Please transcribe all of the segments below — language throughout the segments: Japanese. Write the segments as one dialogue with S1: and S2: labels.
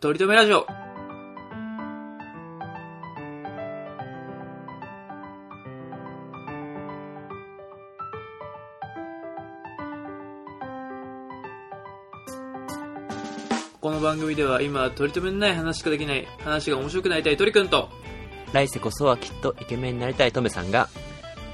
S1: とりとめラジオ。この番組では今、取り留めのない話しかできない、話が面白くなりたい鳥くんと、
S2: 来世こそはきっとイケメンになりたいトメさんが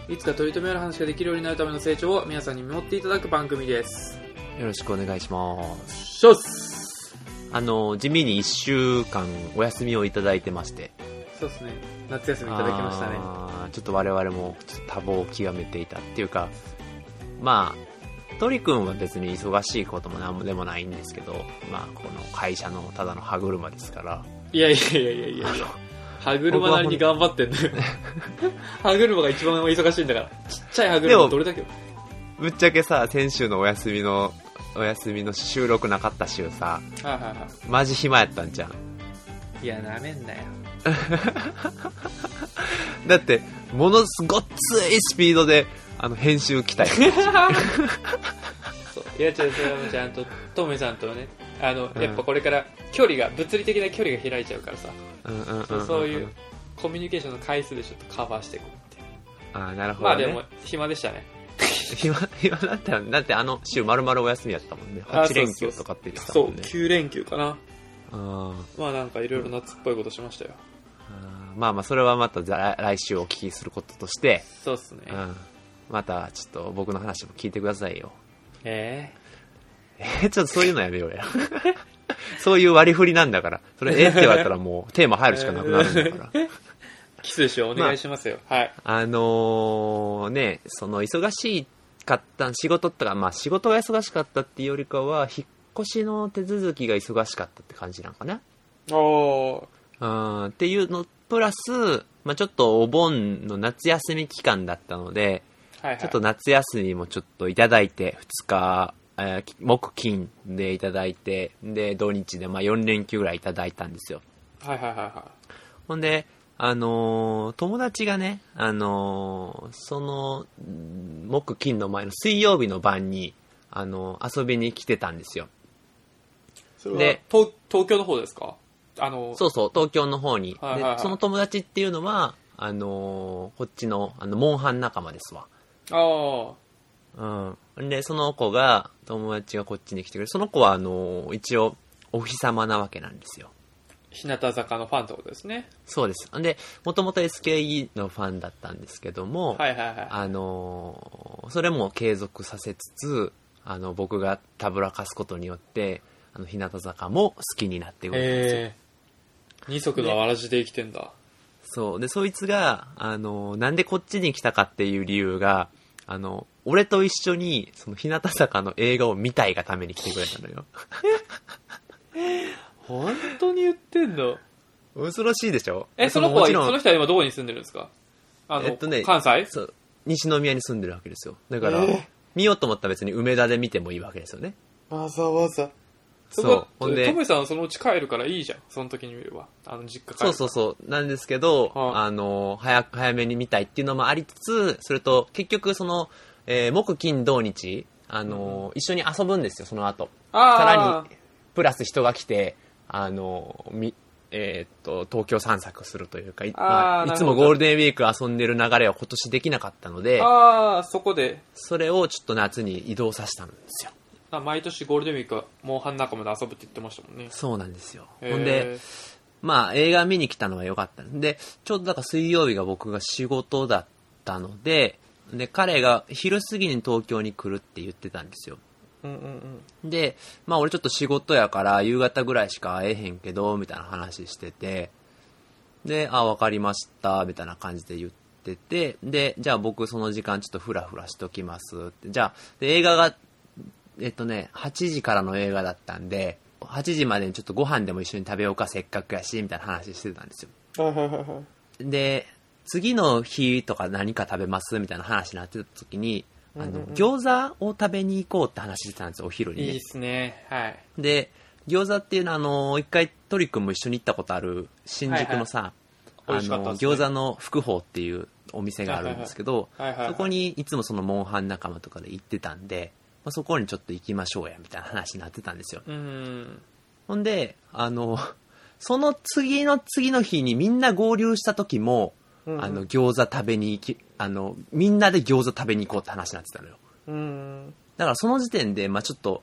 S1: いつか取り留めある話ができるようになるための成長を皆さんに見守っていただく番組です。
S2: よろしくお願いします
S1: ショッス
S2: あの地味に1週間お休みをいただいてまして
S1: そうですね。夏休みいただきましたね。
S2: あーちょっと我々もちょっと多忙を極めていたっていうかまあトリくんは別に忙しいことも何もでもないんですけどまあこの会社のただの歯車ですから
S1: いやいやいやいやいやいや。歯車なりに頑張ってん だよ。歯車が一番忙しいんだから。ちっちゃい歯
S2: で
S1: 車
S2: も
S1: どれだけ。
S2: ぶっちゃけさ先週のお休みのお休みの収録なかった週さ
S1: はいはいは
S2: マジ暇やったんじゃん
S1: い。いや、なめんなよ。
S2: だってものすごっついスピードであの編集 来たよ
S1: そう。いや、ちょっとそれはもうちゃん と、トメさんとね、あの、
S2: うん
S1: やっぱこれから距離が、物理的な距離が開いちゃうからさ、
S2: うんうんん
S1: そ
S2: ん
S1: うそういうコミュニケーションの回数でちょっとカバーしていこうっていう。
S2: あーなるほ
S1: ま
S2: ど、
S1: あ
S2: ね、
S1: でも、暇でしたね。
S2: 暇暇だったよねだってあの週丸々お休みやったもんね
S1: あー
S2: 8連休とかって言ってた
S1: そう
S2: もん、ね
S1: 9連休かな。
S2: あ
S1: まあなんかいろいろ夏っぽいことしましたよ。
S2: ーあーまあまあそれはまたざ来週お聞きすることとして、
S1: そうっすね。
S2: うん、またちょっと僕の話も聞いてくださいよ
S1: え
S2: えちょっとそういうのや めようやそういう割り振りなんだからそれえって言われたらもうテーマ入るしかなくなるんだ から
S1: えキスでしょ、お願いしますよ。はい。
S2: あのーね、その忙しかった、仕事とか、まあ仕事が忙しかったっていうよりかは、引っ越しの手続きが忙しかったって感じなんかな。
S1: おー。
S2: うん、っていうの、プラス、まあちょっとお盆の夏休み期間だったので、
S1: はいはい。
S2: ちょっと夏休みもちょっといただいて、2日、えーき木金でいただいて、で、土日でまあ4連休ぐらいいただいたんですよ。
S1: はいはいはいは
S2: ほんで、あのー友達がね、あのーその、ん木金の前の水曜日の晩に、あのー遊びに来てたんですよ。
S1: い。それは
S2: で
S1: 東東京の方ですかあの、
S2: そうそう、東京の方に。
S1: はいはいはい
S2: で、その友達っていうのは、あのーこっちの、あの、モンハン仲間ですわ。
S1: ああ。
S2: うん。で、その子が、友達がこっちに来てくれてその子は、あのー一応、お日様なわけなんですよ。
S1: 日向坂のファンってことですね。
S2: そうです。んで、もともと SKE のファンだったんですけども、
S1: はいはいはい。
S2: あのーそれも継続させつつ、あの、僕がたぶらかすことによって、あの、日向坂も好きになってくるんですよ。
S1: ええ二足のわらじで生きてんだ。
S2: そう。で、そいつが、あのーなんでこっちに来たかっていう理由が、あの、俺と一緒に、その、日向坂の映画を見たいがために来てくれたの よ。
S1: 本当に言ってんだ。
S2: 恐ろしいでしょ
S1: え、その子は、
S2: も
S1: そ
S2: ちろん
S1: の人は今どこに住んでるんですかあの、
S2: えっとね
S1: 関西
S2: そう西宮に住んでるわけですよ。だから、
S1: えー
S2: 見ようと思ったら別に梅田で見てもいいわけですよね。
S1: わざわざ。そ
S2: そ
S1: こ
S2: う、。
S1: ト
S2: ほんで、
S1: メさんはそのうち帰るからいいじゃん。その時に見れば。あの、実家帰
S2: そう
S1: る。
S2: そううそう。なんですけど、
S1: は
S2: あの、早く、早めに見たいっていうのもありつつ、それと、結局、その、えー木、金、土日、あの、一緒に遊ぶんですよ、その後。さ
S1: あ
S2: らに、プラス人が来て、あの、み、えーっと、東京散策するというか、い,、ま
S1: あーな
S2: あ
S1: いる
S2: つ
S1: ほど
S2: もゴールデンウィーク遊んでる流れは今年できなかったので、
S1: ああ、そこで、
S2: それをちょっと夏に移動させたんですよ。
S1: あ毎年ゴールデンウィークはモンハン仲間で遊ぶって言ってましたもんね。
S2: そうなんですよ。
S1: へー
S2: ほんで、、まあ映画見に来たのは良かったんで、ちょうどだから水曜日が僕が仕事だったので、で、彼が昼過ぎに東京に来るって言ってたんですよ。
S1: うんうんうん。
S2: で、まあ俺ちょっと仕事やから夕方ぐらいしか会えへんけど、みたいな話してて、で、あ、わかりました、みたいな感じで言ってて、で、じゃあ僕その時間ちょっとフラフラしときますって。じゃあ、で映画が、えっとね、8時からの映画だったんで、8時までにちょっとご飯でも一緒に食べようか、せっかくやし、みたいな話してたんですよ。
S1: はいはいはいはい。
S2: で、次の日とか何か食べますみたいな話になってた時に、あ
S1: うんう
S2: の
S1: ん、うん
S2: 餃子を食べに行こうって話してたんですよ、お昼に、ね。
S1: いいっすね。はい。
S2: で、餃子っていうのは、あの、一回トリ君も一緒に行ったことある、新宿のさ、
S1: はいはい美味しか
S2: あ
S1: った
S2: の、
S1: ですね
S2: 餃子の福宝っていうお店があるんですけど、
S1: はいはいはい。
S2: そこにいつもそのモンハン仲間とかで行ってたんで、まあ、そこにちょっと行きましょうや、みたいな話になってたんですよ。
S1: うん。
S2: ほんで、あの、その次の次の日にみんな合流した時も、
S1: うんうん
S2: あの、餃子食べに行き、あの、みんなで餃子食べに行こうって話になってたのよ。
S1: うん。
S2: だからその時点で、まあちょっと、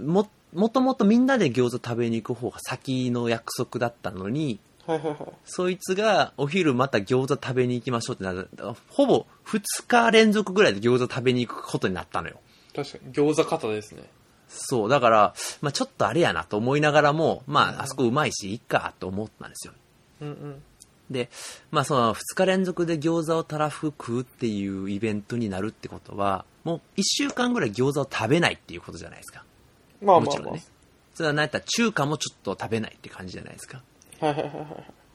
S2: も、もともとみんなで餃子食べに行く方が先の約束だったのに、
S1: はいはいはい。
S2: そいつがお昼また餃子食べに行きましょうってなる、ほぼ2日連続ぐらいで餃子食べに行くことになったのよ。
S3: 確かに、餃子型ですね。
S2: そう、だから、まあちょっとあれやなと思いながらも、まああそこうまいし、いっかと思ったんですよ。
S1: うんうん。
S2: で、まあその2日連続で餃子をたらふく食うっていうイベントになるってことは、もう1週間ぐらい餃子を食べないっていうことじゃないですか。
S1: まあ
S2: も
S1: ま
S2: ち
S1: あ
S2: ろ
S1: ま
S2: んね。それはなんやったら中華もちょっと食べないって感じじゃないですか。
S1: あ。はいはいはいはい。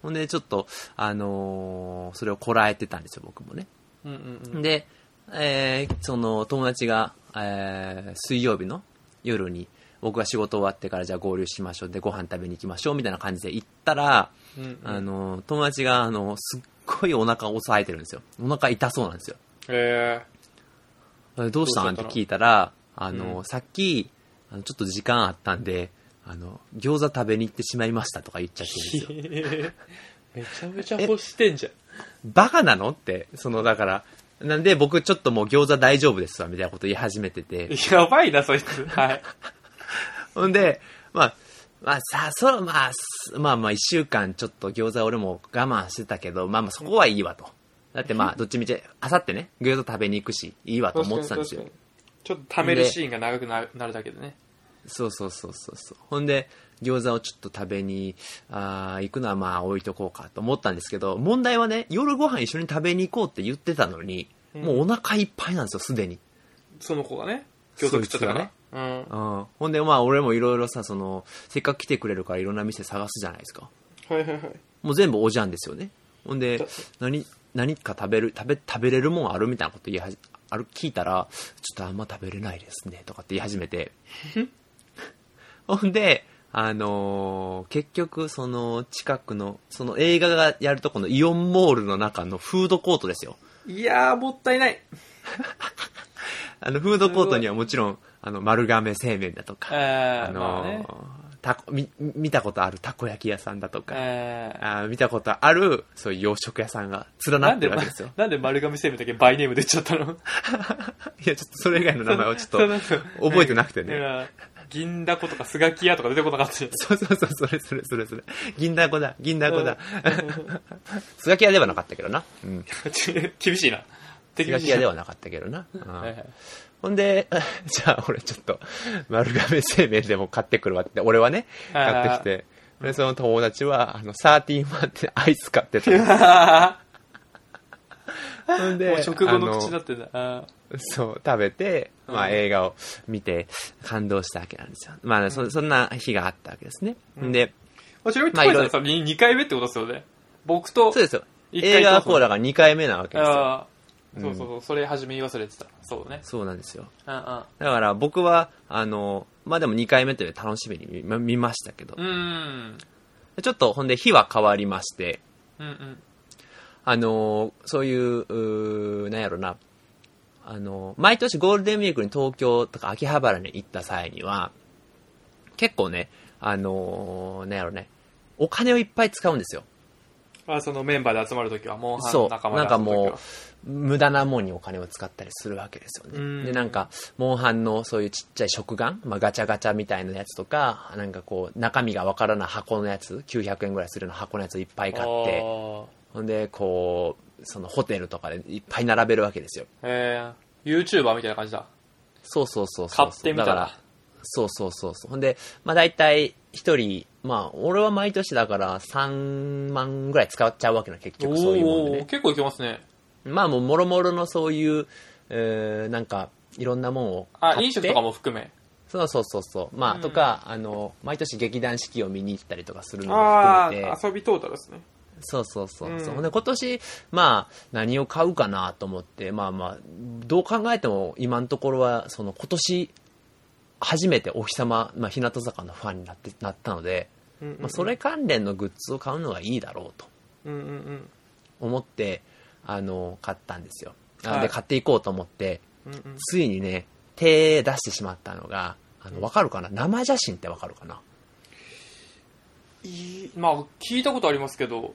S2: ほんでちょっと、あのーそれをこらえてたんですよ、僕もね。
S3: うんうん
S2: で、えーその友達が、えー水曜日の夜に僕が仕事終わってからじゃあ合流しましょうでご飯食べに行きましょうみたいな感じで行ったら、
S3: うん。うん
S2: あの友達があのすっごいお腹を押さえてるんですよお腹痛そうなんですよ
S3: え
S2: えどうした
S3: どう
S2: ん
S3: した
S2: って
S3: の
S2: 聞いたらあの、
S3: うん
S2: さっきあのちょっと時間あったんであの餃子食べに行ってしまいましたとか言っちゃってるんですよ
S3: えめちゃめちゃ欲してんじゃん。
S2: バカなのってそのだからなんで僕ちょっともう餃子大丈夫ですわみたいなこと言い始めてて
S3: やばいな、そいつ。はい。
S2: ほんで、まあ、まあさ、そう、まあ、すまあまあ一週間ちょっと餃子俺も我慢してたけど、まあまあそこはいいわと。だってまあ、どっちみち、あさってね、餃子食べに行くし、いいわと思ってたんですよ
S3: 確。かにちょっと貯めるシーンが長くなるなるだけでね。
S2: そうそうそうそうそう。ほんで、餃子をちょっと食べに、あー行くのはまあ置いとこうかと思ったんですけど、問題はね、夜ご飯一緒に食べに行こうって言ってたのに、もうお腹いっぱいなんですよ、すでに。
S3: その子がね、餃子食っちゃったから。うん。
S2: うん。ほんで、まあ俺もいろいろさ、その、せっかく来てくれるからいろんな店探すじゃないですか。
S1: はいはいはい。
S2: もう全部おじゃんですよね。ほんで、何、何か食べる、食べ、食べれるもんあるみたいなこと言いはじ、ある、聞いたら、ちょっとあんま食べれないですね、とかって言い始 めて。ほんで、あのー結局、その、近くの、その映画がやるとこのイオンモールの中のフードコートですよ。
S3: いやー、もったいない。
S2: あの、フードコートにはもちろん、あの、丸亀製麺だとか、
S3: え
S2: あ
S3: ー、
S2: の
S3: まあ
S2: ー
S3: ね。
S2: たこみ見たことあるたこ焼き屋さんだとか、
S3: えー
S2: あー見たことある、そういう洋食屋さんが連な
S3: な
S2: っ
S3: ん
S2: て
S3: で、
S2: るわけですよ。
S3: なんで丸亀製麺だけバイネーム出ちゃったの
S2: いや、ちょっとそれ以外の名前をちょっと
S3: そ、うなんか
S2: 覚えてなくてね
S3: いや銀だことかスガキ屋とか出てこなかったよ
S2: そうそうそう、それそれそれそれ。銀だこだ、銀だこだ。スガキ屋ではなかったけどな。うん。
S3: 厳しいな。手
S2: スガキ屋ではなかったけ どな。うん
S3: はいはい
S2: ほんで、 じゃあ俺ちょっと、丸亀製麺でも買ってくるわって、俺はね、
S3: はいは
S2: 買
S3: い
S2: ってきて。で、その友達は、あの、サーティーマンってアイス買ってた。 ほんで、
S3: もう食後の口
S2: あ
S3: になってんだ。あ
S2: そう、食べて、まあ
S3: うん
S2: 映画を見て感動したわけなんですよ。まあそ、そんな日があったわけですね。
S3: うん
S2: で、
S3: ーちなみに、
S2: まあ
S3: トイさ
S2: い
S3: ん
S2: ろ
S3: さ、2回目ってことですよね。僕と、
S2: そうですよ。
S3: 一回
S2: 映画は
S3: そうそう
S2: こうだから2回目なわけですよ。
S3: あーそうそうそう、それ初め言い忘れてた。そうね。
S2: そうなんですよ。
S3: うん
S2: だから僕は、あの、まあでも2回目という楽しみに見ま見ましたけど
S3: う、ん。
S2: ちょっとほんで日は変わりまして、
S3: うん。うんうん。
S2: あの、そういう、うーなんやろな、あの、毎年ゴールデンウィークに東京とか秋葉原に行った際には、結構ね、あの、なんやろね、お金をいっぱい使うんですよ。
S3: あそのメンバーで集まるときは、モンハン
S2: そ
S3: の
S2: う。
S3: 仲間
S2: なん
S3: で
S2: か
S3: 集まる
S2: もう、無駄なもんにお金を使ったりするわけですよ
S3: う
S2: ね。
S3: ん
S2: で、なんか、モンハンのそういうちっちゃい食玩、まあ、ガチャガチャみたいなやつとか、なんかこう、中身がわからない箱のやつ、900円ぐらいするような箱のやつをいっぱい買って、ほんで、こう、そのホテルとかでいっぱい並べるわけですよ。
S3: えー、YouTuber みたいな感じだ。
S2: そうそうそうそう。
S3: 買ってみた
S2: だ
S3: ら
S2: から、そうそうそうそう。ほんで、まあ大体一人、まあ俺は毎年だから3万ぐらい使っちゃうわけな、結局そういうもんでね
S3: おー。結構いけますね。
S2: まあもう、もろもろのそういう、えーなんか、いろんなもんを買って。
S3: あ、飲食とかも含め。
S2: そうそうそうそう。まあ、
S3: うん
S2: とか、あの、毎年劇団四季を見に行ったりとかするのも
S1: あ
S2: 含めて
S1: あ、、遊びトータルですね。
S2: そうそうそうそう。
S1: うん
S2: ほんで、今年、まあ、何を買うかなと思って、まあまあ、どう考えても今のところは、その今年、初めてお日様、まあ、日向坂のファンになって、なったので、
S1: うんうん
S2: まあ、それ関連のグッズを買うのがいいだろうと。
S1: うんうんうん。
S2: 思って、あの、買ったんですよ。
S3: は
S2: あ
S3: い
S2: で、買っていこうと思って、
S1: うんうん。
S2: ついにね、手出してしまったのが、あの、わかるかな生写真ってわかるかな
S1: いいまあ、聞いたことありますけど。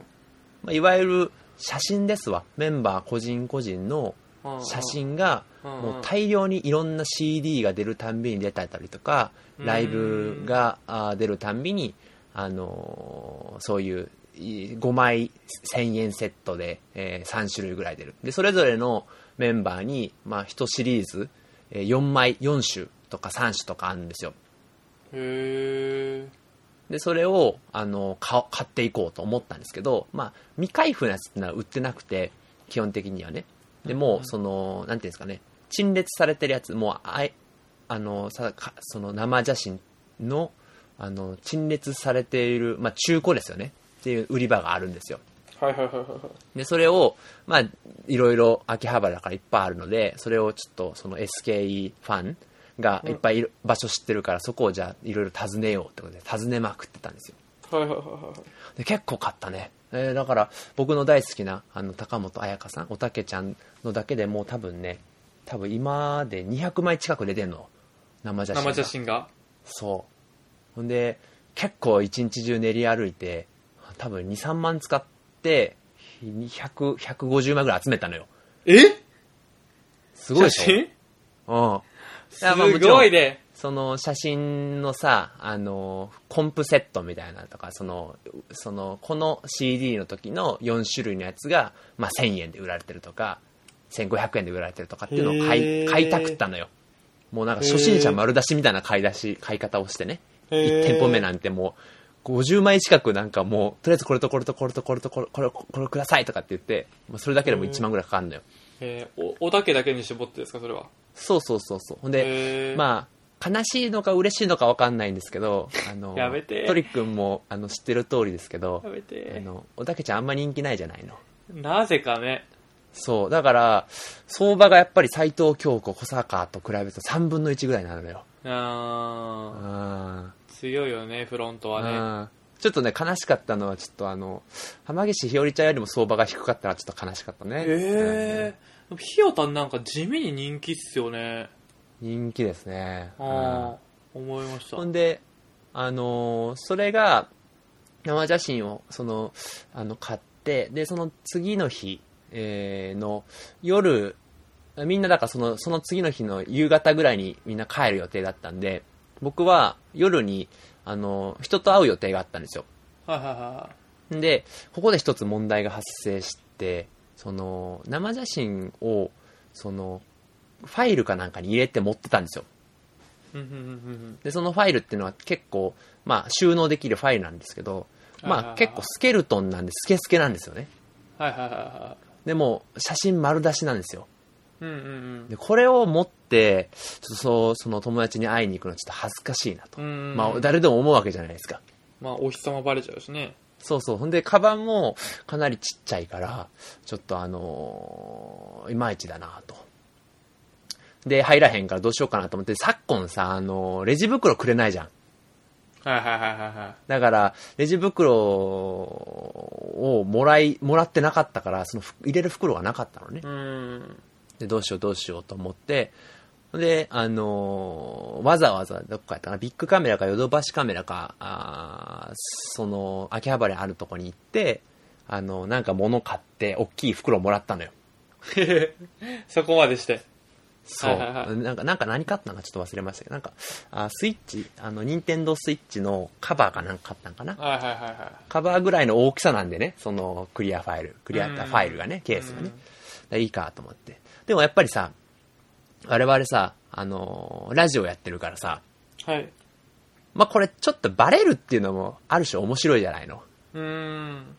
S2: まあ、いわゆる写真ですわ。メンバー個人個人の
S1: うんうん
S2: 写。真が、
S1: うんうん
S2: もう大量にいろんな CD が出るたんびに出たりとか、
S1: うん
S2: ライブがあー出るたんびに、あのーそういうい5枚1000円セットで、え3種類ぐらい出る。で、それぞれのメンバーに、まあ、1シリーズ、え4枚、4種とか3種とかあるんですよ。
S1: へ
S2: で、それを、あの、買お買っていこうと思ったんですけど、まあ、未開封のやつってのは売ってなくて、基本的にはね。でもう、その、なんていうんですかね、陳列されてるやつ、もう、あい、あの、さ、かその生写真の、あの、陳列されている、まあ、中古ですよね。っていう売り場があるんですよ。
S1: ー。はいはいはいはいはい。
S2: で、それを、まあ、いろいろ秋葉原からいっぱいあるので、それをちょっとその SKE ファンがいっぱいいる場所知ってるから、そこをじゃあいろいろ訪ねようってことで、訪ねまくってたんですよ。
S1: はいはいはいはい。
S2: で結構買ったね、えーだから僕の大好きなあの高本彩香さんおたけちゃんのだけでもう多分ね多分今で200枚近く出てんの生写真が
S1: 生写真が。
S2: そうほんで結構一日中練り歩いて多分23万使って100 150枚ぐらい集めたのよ
S1: え
S2: すごいでし
S1: 写真
S2: ょうんいやまあも
S1: す
S2: ちろん
S1: ごいね。
S2: その写真のさ、あの、コンプセットみたいなのとか、その、その、この CD の時の4種類のやつが、まあ、1000円で売られてるとか、1500円で売られてるとかっていうのを買
S1: へ
S2: い、
S1: ー
S2: 買いたくったのよ。もうなんか初心者丸出しみたいな買い出し、買い方をしてね。
S1: へ
S2: 1
S1: ー
S2: 店舗目なんてもう、50枚近くなんかもう、とりあえずこれとこれとこれとこれとこれ、これ、これくださいとかって言って、まあ、それだけでも1万ぐらいかかるのよ。
S1: えー、お、おたけだけに絞ってですか、それは。
S2: そうそうそうそう。ほんで、
S1: えー、
S2: まあ、悲しいのか嬉しいのか分かんないんですけ ど、あの、
S1: やめて
S2: トリックンも、あの、知ってる通りですけど
S1: や、め
S2: あ
S1: て。
S2: の、おたけちゃんあんま人気ないじゃないの。
S1: なぜかね。
S2: そう。だから、相場がやっぱり斎藤京子、小坂と比べると3分の1ぐらいなのよ。う
S1: あー
S2: ん。
S1: 強いよね、フロントはね。
S2: うんちょっとね、悲しかったのは、ちょっとあの、浜岸ひよりちゃんよりも相場が低かったらちょっと悲しかったね。
S1: えー、ひよたんなんか地味に人気っすよね。
S2: うん人気ですね。うん
S1: ああ、思いました。
S2: ほんで、あのーそれが、生写真を、その、あの、買って、で、その次の日、えーの、夜、みんなだからその、その次の日の夕方ぐらいにみんな帰る予定だったんで、僕は夜に、あのー人と会う予定があったんですよ。
S1: はいはいは
S2: で、ここで一つ問題が発生して、その、生写真を、その、ファイルかなんかに入れて持ってたんですよ。
S1: い。うんうんうんうん
S2: で、そのファイルっていうのは結構、まあ、収納できるファイルなんですけど、
S1: はいはい
S2: ま
S1: は
S2: あ、
S1: い
S2: 結構スケルトンなんで、スケスケなんですよね。
S1: はいはいはいはい。
S2: でも、写真丸出しなんですよ。
S1: うんうん
S2: で、これを持って、ちょっとそう、その友達に会いに行くのはちょっと恥ずかしいなと。
S1: うん。
S2: まあ、誰でも思うわけじゃないですか。
S1: まあ、お日様バレちゃうしね。
S2: そうそう。ほんで、カバンもかなりちっちゃいから、ちょっとあのーいまいちだなと。で、入らへんからどうしようかなと思って、昨今さ、あのーレジ袋くれないじゃん。
S1: はいはいはいはいは
S2: だから、レジ袋をもらい、もらってなかったから、そのふ入れる袋がなかったのね
S1: い。。うん。
S2: で、どうしようどうしようと思って、で、あのーわざわざ、どっかやったかな、ビッグカメラかヨドバシカメラか、あーその、秋葉原にあるとこに行って、あのなんか物買って、大きい袋もらったのよ。
S1: そこまでして。
S2: そう。
S1: はいはいはい
S2: なんか、なんか何買ったのかちょっと忘れましたけど、なんか、あースイッチ、あの、ニンテンドースイッチのカバーかなんか買ったんかな。
S1: はいはいはいはい。
S2: カバーぐらいの大きさなんでね、そのクリアファイル、クリアファイルがね、ケースがね。いいかと思って。でもやっぱりさ、我々さ、あのーラジオやってるからさ、
S1: はい。
S2: まあ、これちょっとバレるっていうのもある種面白いじゃないの。
S1: うーん。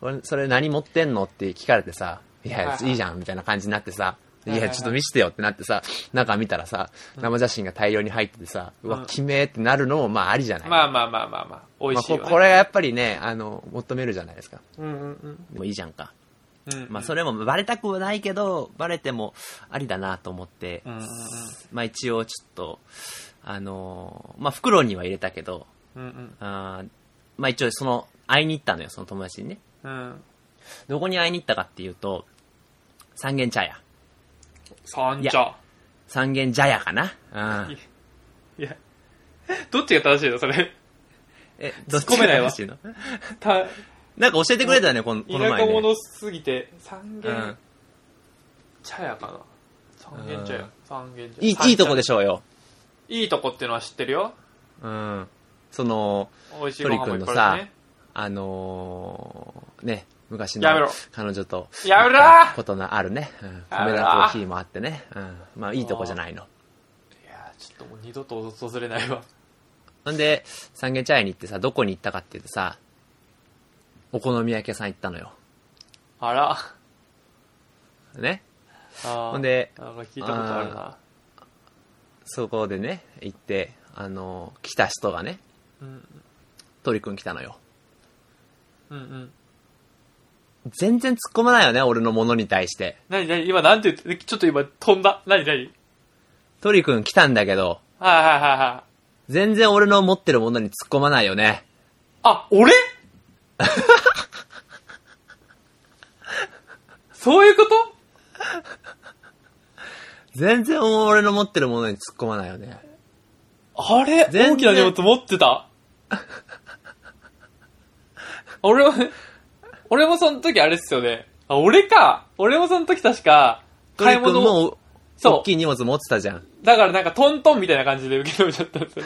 S2: これそれ何持ってんのって聞かれてさ、い
S1: はい
S2: や、
S1: はい
S2: いいじゃんみたいな感じになってさ、い
S1: はいは
S2: や、
S1: い
S2: ちょっと見してよってなってさ、中見たらさ、生写真が大量に入っててさ、う
S1: う
S2: わ
S1: ん、
S2: きめーってなるのもまあありじゃない。
S1: まあまあまあまあまあ。美
S2: ま
S1: 味
S2: あ
S1: しいよ、
S2: こ
S1: ね。
S2: これがやっぱりね、あの、求めるじゃないですか。
S1: うんうんうん。
S2: でもいいじゃんか。
S1: うん、
S2: まあそれもバレたくはないけど、バレてもありだなと思って、
S1: うんうん
S2: まあ一応ちょっと、あのーまあ袋には入れたけど、
S1: うん。うん
S2: あーまあ一応その、会いに行ったのよ、その友達にね。
S1: うん。うん。
S2: どこに会いに行ったかっていうと、三軒茶屋。
S1: 三
S2: いや
S1: 茶。
S2: 三軒茶屋かな。うん
S1: いや、どっちが正しいのそれ。
S2: え、
S1: 突っ込めないわ
S2: どっちが欲しいの
S1: た
S2: なんか教えてくれたよね、このこの
S1: 田
S2: 前
S1: 舎
S2: ね。
S1: 者すぎて、三
S2: う
S1: 軒
S2: ん。
S1: 茶屋かな。三軒茶
S2: う
S1: 屋
S2: ん。
S1: 三軒茶屋。
S2: いい、いいとこで
S1: し
S2: しょうよ。
S1: いいとこってのは知ってるよ。
S2: うん。その、
S1: 美味しいご飯もいっぱいあるしね。
S2: あのー、ね、昔
S1: やめ
S2: の
S1: ろ
S2: 彼女と、
S1: やめろー
S2: ことのあるね。うん。
S1: やめ
S2: 米
S1: ろ
S2: 田コーヒーもあってね。うん。まあ、いいとこじゃないの。
S1: いやーちょっともう二度と訪れないわ。
S2: ほんで、三軒茶屋に行ってさ、どこに行ったかっていうとさ、お好み焼き屋さん行ったのよ。
S1: あら。
S2: ね。
S1: ほ
S2: ほんで
S1: なんか聞いたことあるな。
S2: そこでね、行って、あのー来た人がね、
S1: うん。
S2: 鳥くん来たのよ。
S1: うんうん。
S2: 全然突っ込まないよね、俺のものに対して。
S1: なになに今なんて言って、ちょっと今飛んだ。なになに
S2: 鳥くん来たんだけど、
S1: はいはいはいはい。
S2: 全然俺の持ってるものに突っ込まないよね。
S1: あ、 俺そういうこと
S2: 全然俺の持ってるものに突っ込まないよね。
S1: あれ
S2: 全然
S1: 大きな荷物持ってた俺は、俺もその時あれっすよね。あ、俺か俺もその時確か、買
S2: 鳥
S1: い
S2: くん
S1: 物
S2: も、
S1: そう
S2: 大きい荷物持ってたじゃん。
S1: だからなんかトントンみたいな感じで受け止めちゃったんですよ。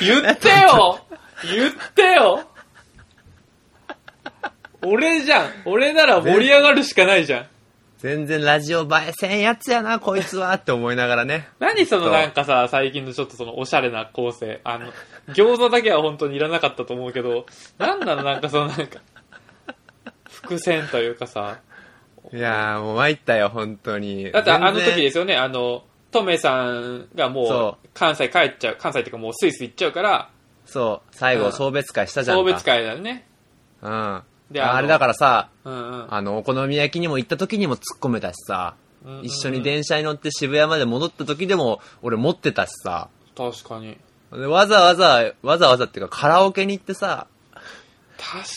S1: 言ってよ言ってよ俺じゃん俺なら盛り上がるしかないじゃん。
S2: 全然ラジオ映えせんやつやな、こいつは、って思いなが らね。
S1: 何そのなんかさ、最近のちょっとそのおしゃれな構成。あの、餃子だけは本当にいらなかったと思うけど、なんなのなんかそのなんか、伏線というかさ。
S2: いやー、もう参ったよ、本当に。
S1: だってあの
S2: 全然
S1: 時ですよね、あの、トメさんがも
S2: そう
S1: 関西帰っちゃう、関西っていうかもうスイス行っちゃうから、
S2: そう、最
S1: う
S2: 後、
S1: ん
S2: 送別会したじゃんか。
S1: 送別。会だよね。
S2: うん。あ
S1: であの
S2: れだからさ、
S1: うんうん。
S2: あの、お好み焼きにも行った時にも突っ込めたしさ、
S1: うんうんうん
S2: 一緒に電車に乗って渋谷まで戻った時でも、俺持ってたしさ、
S1: 確かに。
S2: でわざわざ、わざわざっていうか、カラオケに行ってさ、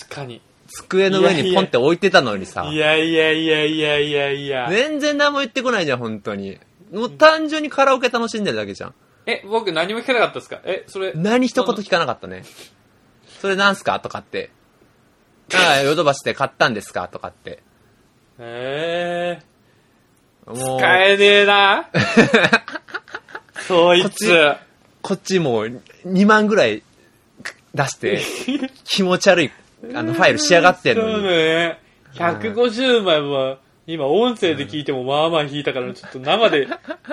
S1: 確かに。
S2: 机の上にポンって置いてたのにさ、
S1: いやいやいやいやいやいや。
S2: 全然何も言ってこないじゃん、本当に。もう単純にカラオケ楽しんでるだけじゃん。
S1: え、僕何も聞かなかったですかえ、それ。
S2: 何一言聞かなかったね。それなんすかとかって。ああ、ヨドバシで買ったんですかとかって。
S1: え
S2: もう
S1: ー。、使えねえな。 そいつ。
S2: こっちもう2万ぐらい出して、気持ち悪い、あの、ファイル仕上がってん
S1: そう
S2: のに。
S1: ね。150枚も、今音声で聞いてもまあまあ弾いたから、ちょっと生で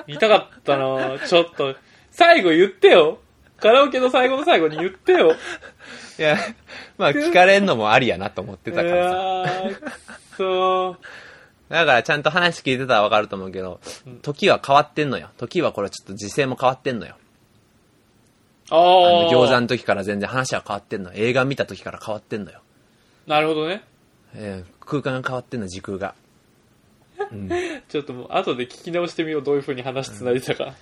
S1: 見たかったなちょっと、最後言ってよ。カラオケの最後の最後に言ってよ。
S2: いや、まあ聞かれんのもありやなと思ってたからさ。
S1: うわーくそう。
S2: だからちゃんと話聞いてたらわかると思うけど、時は変わってんのよ。時はこれちょっと時勢も変わってんのよ。あ
S1: あ
S2: の
S1: あ。
S2: 餃子の時から全然話は変わってんの。映画見た時から変わってんのよ。
S1: なるほどね。
S2: えー空間が変わってんの、時空が。
S1: ちょっともう後で聞き直してみよう、どういう風に話つないでたか。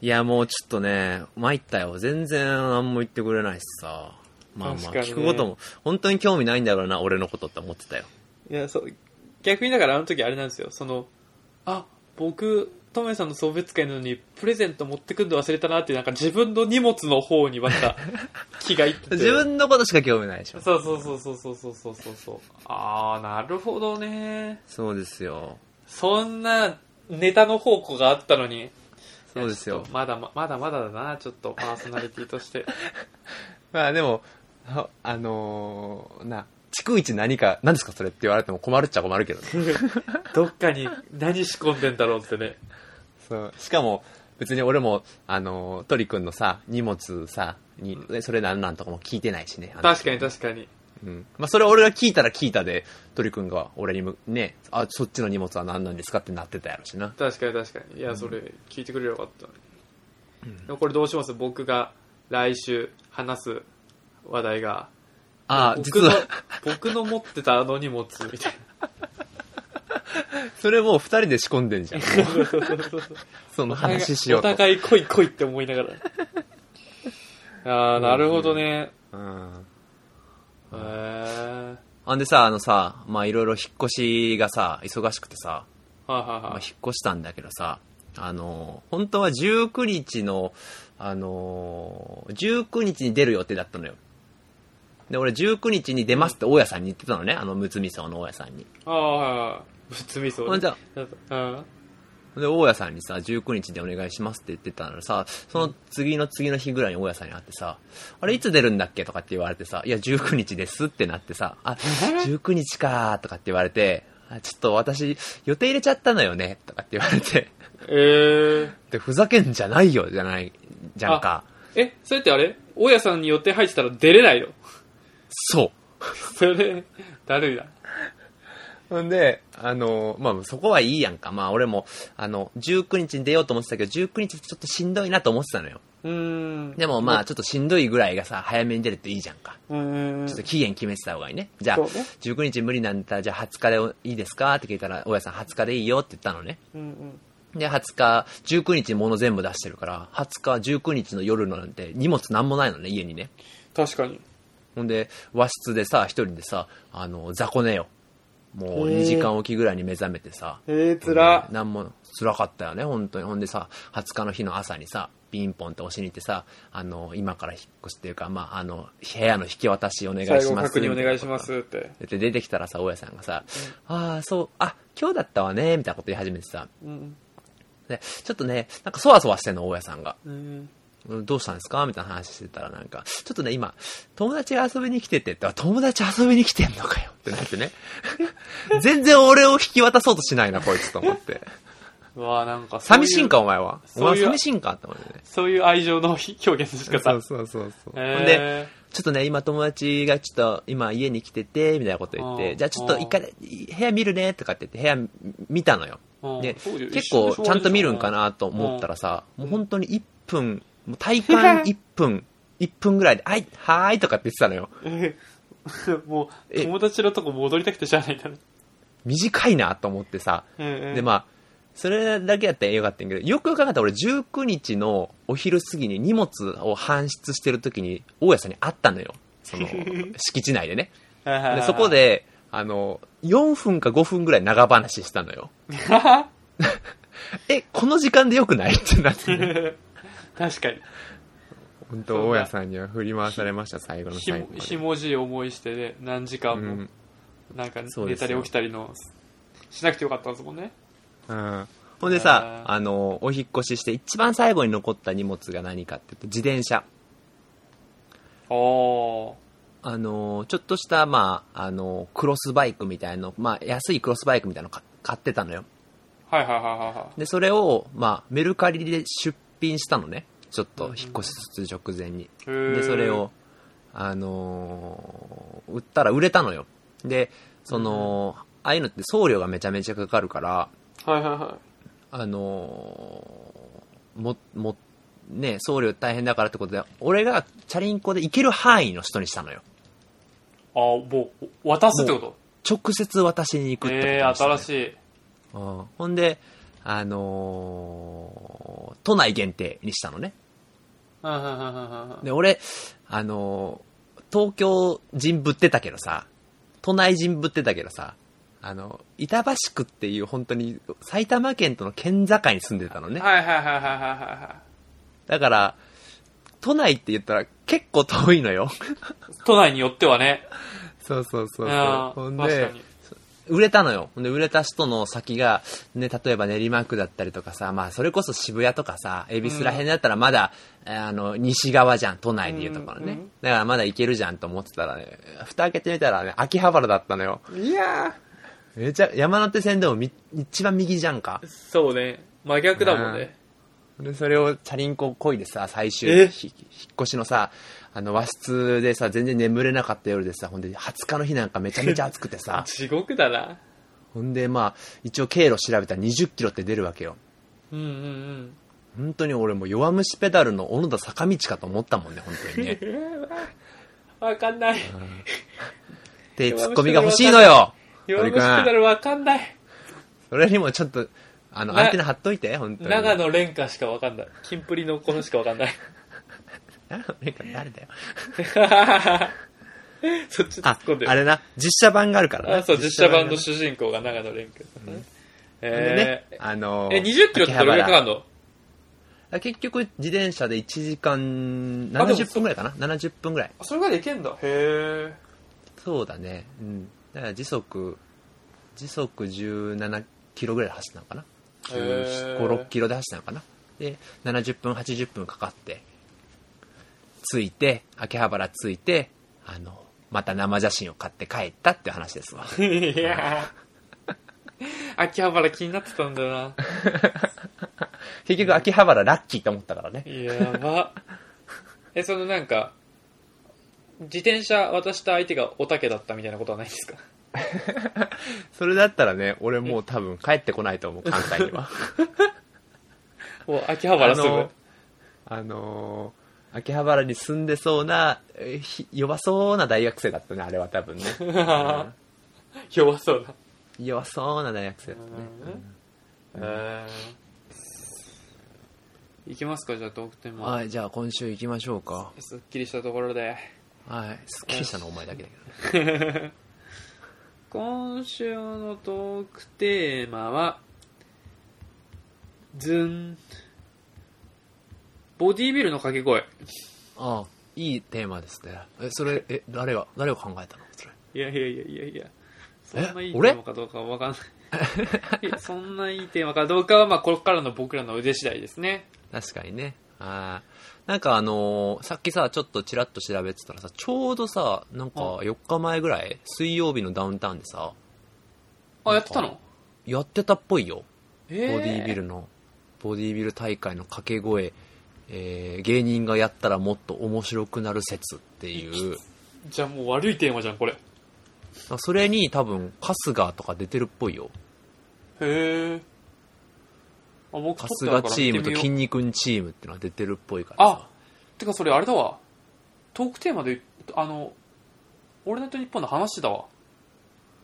S2: いや、もうちょっとね、参ったよ。全然何も言ってくれないしさ。まあまあ、
S1: 確かにね
S2: 聞くことも、本当に興味ないんだろうな、俺のことって思ってたよ。
S1: いや、そう、逆にだからあの時あれなんですよ、その、あ、僕、トメさんの送別会なのに、プレゼント持ってくんの忘れたなって、なんか自分の荷物の方にま た気がいってて。
S2: 自分のことしか興味ないでしょ。
S1: そうそうそうそうそうそうそうそうそう。あー、なるほどね。
S2: そうですよ。
S1: そんなネタの宝庫があったのに。
S2: そうです
S1: いや
S2: よ
S1: ちょっと。まだままだまだだな、ちょっとパーソナリティと して。
S2: まあでも、ああのーな、逐一何か、何ですかそれって言われても困るっちゃ困るけど ね。
S1: どっかに何仕込んでんだろうってね。
S2: そう。しかも、別に俺も、あのー、トリ君のさ、荷物さ、に、えそれなんなんとかも聞いてないしね。
S1: 確かに確かに。
S2: うん。まあ、それ俺が聞いたら聞いたで、鳥くんが俺にむ、ね、あ、そっちの荷物は何なんですかってなってたやろしな。
S1: 確かに確かにいやそれ聞いてくれればよかった、でもこれどうします僕が来週話す話題が
S2: ああ、
S1: 僕
S2: 実
S1: の
S2: は、
S1: 僕の持ってたあの荷物みたい
S2: それもう二人で仕込んで んじゃん。
S1: なそうそうそうそう
S2: その 話しよう
S1: お
S2: と。
S1: 互い来い来いって思いながらああなるほどね
S2: うん。
S1: へえ
S2: あんでさ、あのさ、まあ、いろいろ引っ越しがさ、忙しくてさ、
S1: はいはい
S2: まあ、
S1: はい
S2: 引っ越したんだけどさ、あのー、本当は19日の、あのー、19日に出る予定だったのよ。で、俺19日に出ますって大家さんに言ってたのね、あの、むつみその大家さんに。
S1: ああ、はいはい。仏味
S2: ほ
S1: 噌
S2: んじゃ、
S1: うん。
S2: で、大家さんにさ、19日でお願いしますって言ってたのさ、その次の次の日ぐらいに大家さんに会ってさ、あれいつ出るんだっけとかって言われてさ、いや、19日ですってなってさ、あ、19日かーとかって言われて、あちょっと私、予定入れちゃったのよねとかって言われて、
S1: えー、
S2: で、ふざけんじゃないよ、じゃない、じゃんか。
S1: え、それってあれ大家さんに予定入ってたら出れないの
S2: そう。
S1: それ、だるいな。
S2: ほんで、あの、まあ、そこはいいやんか。まあ、俺も、あの、19日に出ようと思ってたけど、19日ちょっとしんどいなと思ってたのよ。
S1: うーん。
S2: でも、まあ、ちょっとしんどいぐらいがさ、早めに出るっていいじゃんか。
S1: うーん
S2: ちょっと期限決めてた方がいいね。じゃあ、
S1: そうね
S2: 19日無理なんだ、じゃあ20日でいいですかって聞いたら、大家さん20日でいいよって言ったのね。
S1: うんうん。
S2: で、20日、19日に物全部出してるから、20日、19日の夜のなんて荷物なんもないのね、家にね。
S1: 確かに。
S2: ほんで、和室でさ、一人でさ、あの、雑魚寝よ。もう2時間おきぐらいに目覚めてさ。
S1: えー、つら。
S2: なんも、辛かったよね、本当に。ほんでさ、20日の日の朝にさ、ピンポンって押しに行ってさ、あの、今から引っ越しっていうか、まあ、あの、部屋の引き渡しお願いしま
S1: 最
S2: す。
S1: 後確認お願いしますって。
S2: で出てきたらさ大家さんがさ「ああそうあ今日だったわね」みたいなこと言い始めてさ
S1: うん
S2: でちょっとねなんかそわそわしてんの大家さんが
S1: うん。うん
S2: うん「どうしたんですか?」みたいな話してたらなんか「ちょっとね今友達が遊びに来てて」って「あ友達遊びに来てんのかよ」ってなって ね全然俺を引き渡そうとしないなこいつと思って
S1: うわあなんかそういう
S2: 寂しいんかお前はお
S1: そう
S2: 前
S1: いう
S2: 寂しいんかって思ってね
S1: そういう愛情の表現の仕方。
S2: そうそうそうそう、ほんで
S1: え
S2: ちょっとね、今友達がちょっと今家に来てて、みたいなこと言っ
S1: う
S2: て、
S1: ん
S2: じゃあちょっと一回部屋見るねとかって言って部屋見たのよ
S1: うん。
S2: で
S1: そうだよ、
S2: 結
S1: 一緒でし
S2: 構
S1: ょ
S2: ちゃんと見るんかなと思ったらさ、
S1: うん
S2: もう本当に1分、もう体感1分、1分ぐらいで、はい、はーいとかって言ってたのよ。
S1: ーもう、
S2: え
S1: 友達のとこ戻りたくてしゃあないんだね。
S2: 短いなと思ってさ。
S1: で
S2: で、まあ、それだけやったらよかったんやけど、よくよく考えたら俺19日のお昼過ぎに荷物を搬出してる時に、大家さんに会ったのよ。そ の、敷地内でね。で、そこ、で、あの、4分か5分ぐらい長話したのよ。 え、この時間でよくないってなって、ね。
S1: 確かに。
S2: 本
S1: そう
S2: 当、
S1: ね
S2: 大家さんには振り回されました、最後の
S1: ひ
S2: 最後
S1: も
S2: ま、で。
S1: ひもじい思いしてね、何時間
S2: う
S1: も
S2: ん、
S1: なんか
S2: そう
S1: 寝
S2: です
S1: た
S2: よ
S1: り起きたりの、しなくてよかったんですもんね。
S2: うん。ほんで
S1: あ
S2: さ、
S1: ー
S2: あの、お引っ越しして一番最後に残った荷物が何かって言うと、自転車。
S1: おー。
S2: あの、ちょっとした、まあ、あの、クロスバイクみたいの、まあ、安いクロスバイクみたいのか買ってたのよ。
S1: はいはいはいはいは
S2: で、それを、まあ、メルカリで出品したのね。ちょっと、引っ越しする直前に。
S1: い。へー
S2: で、それ。を、あのー売ったら売れたのよ。で、その、ああいうのって送料がめちゃめちゃかかるから、
S1: はいはいは
S2: あのーも、も、ね、送料大変だからってことで、俺がチャリンコで行ける範囲の人にしたの
S1: い。
S2: よ。
S1: あー、もう、渡すってこと
S2: 直接私に行くってことに
S1: え
S2: した
S1: ー、
S2: の
S1: 新
S2: よ
S1: しい。
S2: うんほんで、あのー都内限定にしたのね。
S1: うんうんうんうんうん
S2: で、俺、あのー東京人ぶってたけどさ、都内人ぶってたけどさ、あの、板橋区っていう本当に埼玉県との県境に住んでたのね。
S1: はいはいはいはいはいはいは
S2: だから、都内って言ったら結構遠いのよ。
S1: い。都内によってはね。
S2: そうそうそううんほん
S1: 確か
S2: で
S1: に、。
S2: 売れたのよ。ほんで、売れた人の先が、ね、例えば練馬区だったりとかさ、まあ、それこそ渋谷とかさ、恵比寿ら辺だったらまだ、えーあの、西側じゃん、都内でいうところね。
S1: うんうん
S2: だからまだ行けるじゃんと思ってたらね、蓋開けてみたらね、秋葉原だったのよ。
S1: いや
S2: めちゃ、山手線でもみ一番右じゃんか。
S1: そうね。真逆だもん
S2: うん
S1: ね。
S2: で、それをチャリンコこいでさ、最終、
S1: え
S2: ひ引っ越しのさ、あの、和室でさ、全然眠れなかった夜でさ、ほんで、20日の日なんかめちゃめちゃ暑く てさ、
S1: 地獄だな。
S2: ほんで、まあ、一応経路調べたら20キロって出るわけよ。
S1: うんうんうん。
S2: 本当に俺も弱虫ペダルの小野田坂道かと思ったもんね、本当にね。
S1: わかんない。
S2: で、ツッコミが欲しいのよ
S1: 弱
S2: 鳥
S1: 虫ペ
S2: く
S1: ダ
S2: ん。
S1: ルわかんない。
S2: それにもちょっと、あの、
S1: な
S2: アンテナ張っといて、本当に。
S1: 長野廉歌しかわかんない。キンプリのこのしかわか んない。
S2: 長野か誰だよ。
S1: そっち突
S2: あ
S1: っ込んで、る。
S2: あれな、実写版があるから
S1: あそう、実写版の主
S2: 実
S1: 人公が長野廉歌だね。
S2: 写版がね。
S1: え
S2: あの
S1: ー、え、20キロってどれぐらいかかるの
S2: ら結局、自転車で1時間70分ぐらいかな ?70 分ぐらい。
S1: あそれができんだ。へえ。
S2: そうだね。うん。だから時速、時速17キロぐらいで走ったのかな
S1: へー
S2: ?5、6キロで走ったのかなで、70分、80分かかって、着いて、秋葉原着いて、あの、また生写真を買って帰ったっていう話で すわ。
S1: いやー 秋葉原気になってたんだよな。
S2: 結局、秋葉原ラッキーと思ったからね。
S1: やば。え、そのなんか、自転車渡した相手がおたけだったみたいなことはないんですか
S2: それだったらね、俺もう多分帰ってこない と思う、関西には。
S1: もう秋葉原すぐ。
S2: あのー秋葉原に住んでそうな、えーひ弱そうな大学生だったね、あれは多分ね。
S1: 弱そうだ。
S2: 弱そうな大学生だったね。
S1: えー、いきますか、じゃあトークテーマ。
S2: はい、じゃあ今週行きましょうか。
S1: すっきりしたところで。
S2: はい、すっきりしたのお前だけだけどね。
S1: 今週のトークテーマは、ズン。ボディービルの掛け声。
S2: ああ、いいテーマですね。え、それ、え、誰が、誰が考えたのそれ。
S1: いやいやいやいやいや。そんないいテ
S2: 俺
S1: ーマかどうかはわかんない。いや そんないいテーマかどうかは、まあ、これからの僕らの腕次第ですね。
S2: 確かにね。ああ。なんかあのーさっきさ、ちょっとチラッと調べてたらさ、ちょうどさ、なんか4日前ぐらい、水曜日のダウンタウンでさ、
S1: あ、やってたの
S2: やってたっぽいよ。
S1: ボ
S2: ボディービルの、ボディービル大会の掛け声、えー芸人がやったらもっと面白くなる説っていう、
S1: じゃあもう悪いテーマじゃん、これ。へ
S2: まあそれに多分、春日とか出てるっぽいよ。
S1: え。あ、僕撮ってある
S2: 春
S1: から
S2: 日チームと
S1: 見てみよう
S2: 筋肉チームってのは出てるっぽいからさ
S1: あてかそれあれだわトークテーマであの「オールナイトニッポン」の話だわ、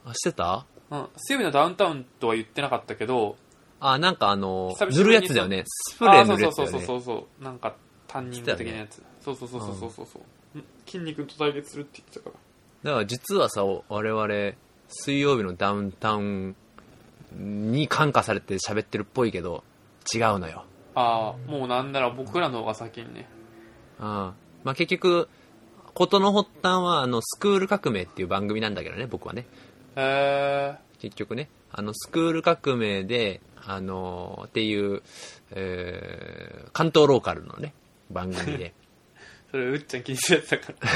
S2: あしてた
S1: うん、水曜日のダウンタウンとは言ってなかったけど
S2: あ、なんかあのー
S1: 久々に
S2: 塗るやつだよね。スプレー塗るやつだ
S1: あー
S2: よ
S1: そうそう
S2: ね
S1: そ。うそうそうなんか担任的なやつ、そうそうそうそうそうそうそう筋肉と対決するって言ってたから
S2: だから実はさ、お我々、水曜日のダウンタウンに感化されて喋ってるっぽいけど、違うのよ。
S1: ああもうなんなら僕らの方が先にね
S2: うん。まあ、結局、ことの発端は、あの、スクール革命っていう番組なんだけどね、僕はね。
S1: へえ
S2: 結局ね。あの、スクール革命で、あのーっていう、えー関東ローカルのね、番 組で。
S1: それうっちゃん気にするやつだから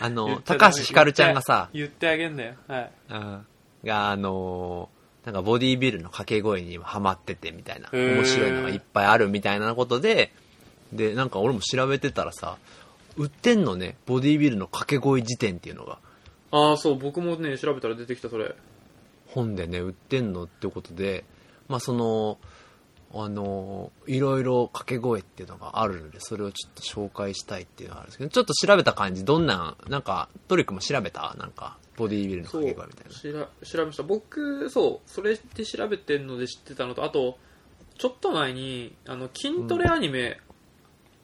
S2: あ
S1: 言
S2: の、
S1: っちゃ
S2: 高
S1: ダメ
S2: 橋ひかるちゃんがさ、
S1: 言ってあげんだよはい
S2: うんが、あのーなんかボディービルの掛け声にハマっててみたいな、
S1: へー
S2: 面白いのがいっぱいあるみたいなことで、で、なんか俺も調べてたらさ、売ってんのね、ボディービルの掛け声辞典っていうのが、
S1: ああそう僕もね調べたら出てきたそれ
S2: 本でね、売ってんのってことで、まあその、あのーいろいろ掛け声っていうのがあるので、それをちょっと紹介したいっていうのがあるんですけど、ちょっと調べた感じ、どんなん、なんか、トリックも調べたなんか、ボディービルの
S1: そ
S2: 掛
S1: う
S2: け声みたいな。
S1: しら調べました僕そうそれで調べてるので知ってたのとあとちょっと前にあの筋トレアニメ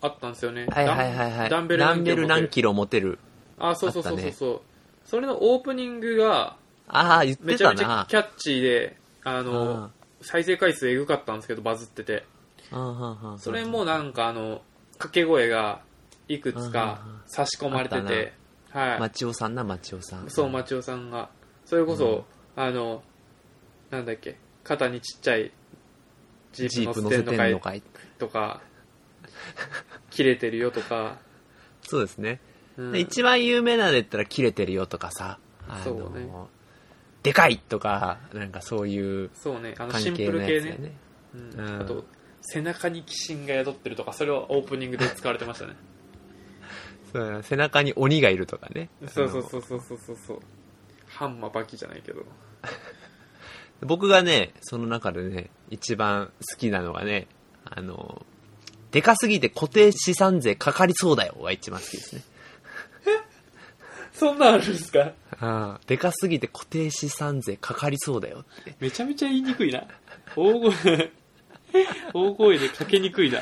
S1: あったんですよね、
S2: はいはいはいはい。
S1: ダンベル
S2: ダンベル
S1: 持て
S2: 何
S1: る
S2: キロ持てる
S1: あそうそうそう
S2: あ
S1: そ
S2: っ
S1: う
S2: た
S1: そう、それのオープニングが
S2: ああ、言って
S1: めちゃ
S2: た
S1: めちゃ
S2: な。
S1: キャッチーであ
S2: う
S1: の
S2: ん
S1: 再生回数えぐかったんですけどバズってて
S2: うんうんうん
S1: それもなんかあの掛け声がいくつか
S2: うんうんうん
S1: 差し込まれてて、はい、
S2: 町尾さんな、町尾さん。
S1: そう、町尾さんが。それこそ、あの、なんだっけ、肩にちっちゃいジ
S2: ジ
S1: ー
S2: ー
S1: プ
S2: プ
S1: 乗
S2: 乗
S1: せ
S2: せ
S1: てん
S2: て
S1: のか
S2: んの
S1: い
S2: かい。
S1: とか、切れてるよとか、
S2: そうですね。
S1: うん
S2: で一番有名なので言ったら、切れてるよとかさ。あの
S1: そうね
S2: でかいとか、なんかそういう
S1: そうね、あのシ
S2: 関
S1: ンプ
S2: 係の
S1: ル
S2: や
S1: 系
S2: つだ
S1: ね
S2: よ。ね。
S1: うん
S2: うん
S1: あと、背中に鬼神が宿ってるとか、それはオープニングで使われてました ね。
S2: そうだね背中に鬼がいるとかね。
S1: そうそう
S2: う。
S1: そうそうそうそうそう。ハンマーバキじゃないけど。
S2: 僕がね、その中でね、一番好きなのがね、あの、でかすぎて固定資産税かかりそうだよが一番好きですね。
S1: そんなんあるんですか
S2: ああ、でかすぎて固定資産税かかりそうだよって。
S1: めちゃめちゃ言いにくいな。大声、大声でかけにくいな。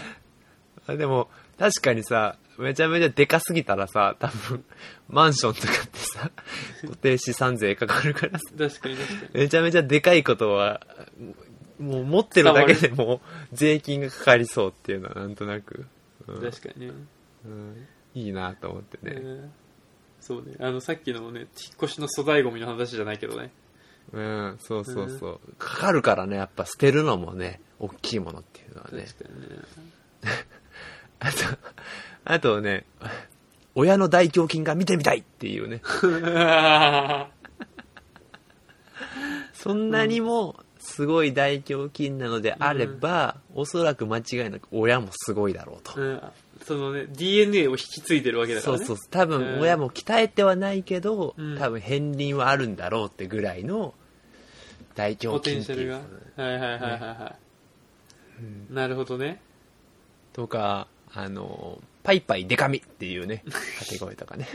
S2: あでも、確かにさ、めちゃめちゃでかすぎたらさ、多分、マンションとかってさ、固定資産税かかるからさ、
S1: 確かに確かに。
S2: めちゃめちゃでかいことは、もう持ってるだけでもう税金がかかりそうっていうのはなんとなく、うん
S1: 確かにね、
S2: うんいいなと思ってね、
S1: えーそうねあのさっきのね引っ越しの粗大ゴミの話じゃないけどね
S2: うん、そうそうそう、かかるからねやっぱ捨てるのもね大きいものっていうのはね
S1: 確かにね
S2: あとあとね親の大胸筋が見てみたいっていうねそんなにもすごい大胸筋なのであれば、おそらく間違いなく親もすごいだろうと、
S1: うんそのね DNA を引き継いでるわけだか
S2: そ
S1: ら
S2: う
S1: ね
S2: そうそう多
S1: う
S2: 分
S1: ん
S2: 親も鍛えてはないけど、
S1: うん
S2: 多分片鱗はあるんだろうってぐらいの大
S1: ポ
S2: 胸
S1: テ
S2: 筋
S1: ン
S2: っ
S1: シ
S2: て
S1: ャル
S2: い
S1: が
S2: う
S1: はいはいはいはいはい、なるほどね
S2: とかあのパイパイデカミっていう ね掛け声とかね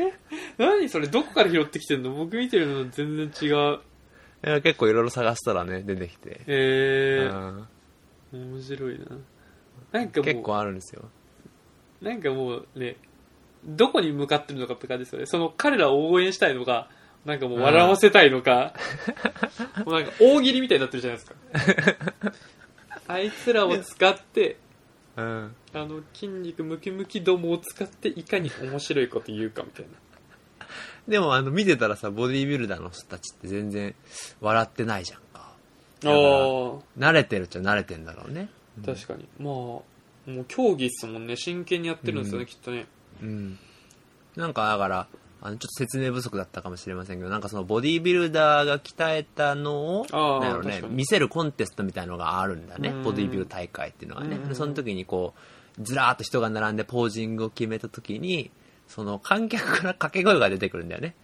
S1: 何それどこから拾ってきてんの僕見てるのと全然違う
S2: いや結構いろいろ探したらね出てきて、
S1: え
S2: うん
S1: ー、面白いななんか
S2: 結
S1: も
S2: 構あるんですよ
S1: うなんかもうねどこに向かってるのかって感じですよねその彼らを応援したいのかなんかもう笑わせたいのか、もうなんか大喜利みたいになってるじゃないですかあいつらを使って
S2: うん
S1: あの筋肉ムキムキどもを使っていかに面白いこと言うかみたいな
S2: でもあの見てたらさボディービルダーの人たちって全然笑ってないじゃんか
S1: ああ
S2: 慣れてるっちゃ慣れてんだろうね
S1: 確かに、まあもう競技っすもんね真剣にやってるんですよね、
S2: うん
S1: きっとね
S2: うん、なんかだからあのちょっと説明不足だったかもしれませんけどなんかそのボディービルダーが鍛えたのを
S1: あー
S2: なんやろうね
S1: 確かに
S2: 見せるコンテストみたいのがあるんだね
S1: うん
S2: ボディービル大会っていうのは
S1: う
S2: ね、
S1: んうんうん
S2: その時にこうずらーっと人が並んでポージングを決めた時にその観客から掛け声が出てくるんだよね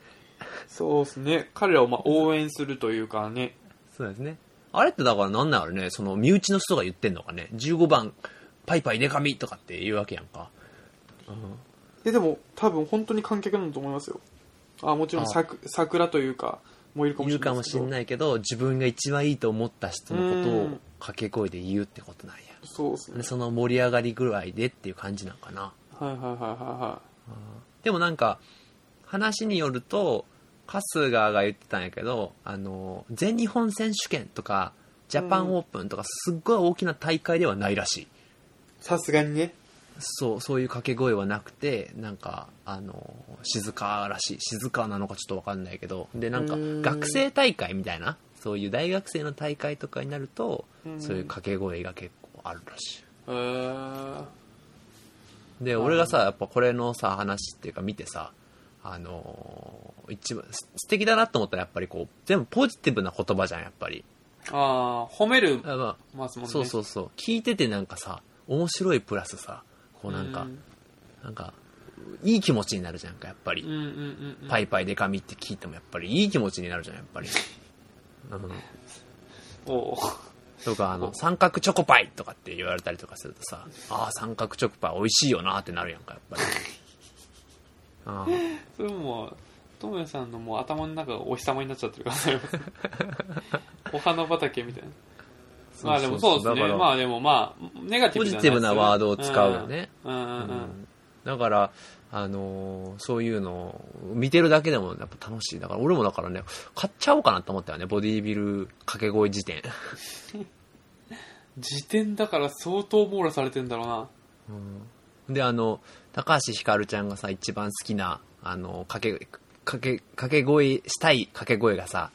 S1: そうですね彼らをまあ応援するというかね
S2: そうですねあれってだからなんなるねその身内の人が言ってんのかね15番パイパイデカミとかって言うわけやんか
S1: えでも多分本当に観客なんだと思いますよあもちろん
S2: あ
S1: さく桜というかもういるかもしれ
S2: 言うか
S1: ない
S2: も
S1: ですけ
S2: し
S1: ど
S2: れないけど自分が一番いいと思った人のこと
S1: う
S2: を
S1: ん
S2: 掛け声で言うってことなんや
S1: そうですね
S2: でその盛り上がり具合でっていう感じなんかな
S1: はいはいはいはいは
S2: でもなんか話によると春日が言ってたんやけどあの全日本選手権とかジャパンオープンとかすっごい大きな大会ではないらしい
S1: いさすがにね
S2: そうそういう掛け声はなくてなんかあの静からしい静かなのかちょっとわかんないけどでなんか
S1: うーん
S2: 学生大会みたいなそういう大学生の大会とかになると
S1: うん
S2: そういう掛け声が結構あるらし
S1: えー、
S2: いで俺がさやっぱこれのさ話っていうか見てさあのー一番す素敵だなと思ったらやっぱりこう全部ポジティブな言葉じゃんやっぱり
S1: ああ褒める
S2: あ、ま
S1: ますも
S2: あ、
S1: んね
S2: そうそうそう聞いててなんかさ面白いプラスさこうなんか、
S1: うん
S2: なんかいい気持ちになるじゃんかやっぱり、
S1: うんうんうん
S2: パイパイデカミって聞いてもやっぱりいい気持ちになるじゃん、やっぱり。うん
S1: おう
S2: とか、あの、三角チョコパイとかって言われたりとかするとさ、ああ、三角チョコパイ美味しいよなってなるやんか、やっぱり。あー
S1: それもうトムヤさんのもう頭の中がお日様になっちゃってるからねお花畑みたいなまあでもそうですね。まあでもまあ、ネガティ
S2: ポ
S1: ブじ
S2: ジ
S1: ゃい
S2: ティブなワードを使うよ。ね。
S1: うんうんうんう。
S2: うんんだから、あのーそういうのを見てるだけでもやっぱ楽しい。だから俺もだからね、買っちゃおうかなと思ったよね、ボディービル掛け声辞典。
S1: 辞典だから相当網羅されてんだろうな。
S2: であの高橋ひかるちゃんがさ一番好きなあのかけかけかけ声したい掛け声がさ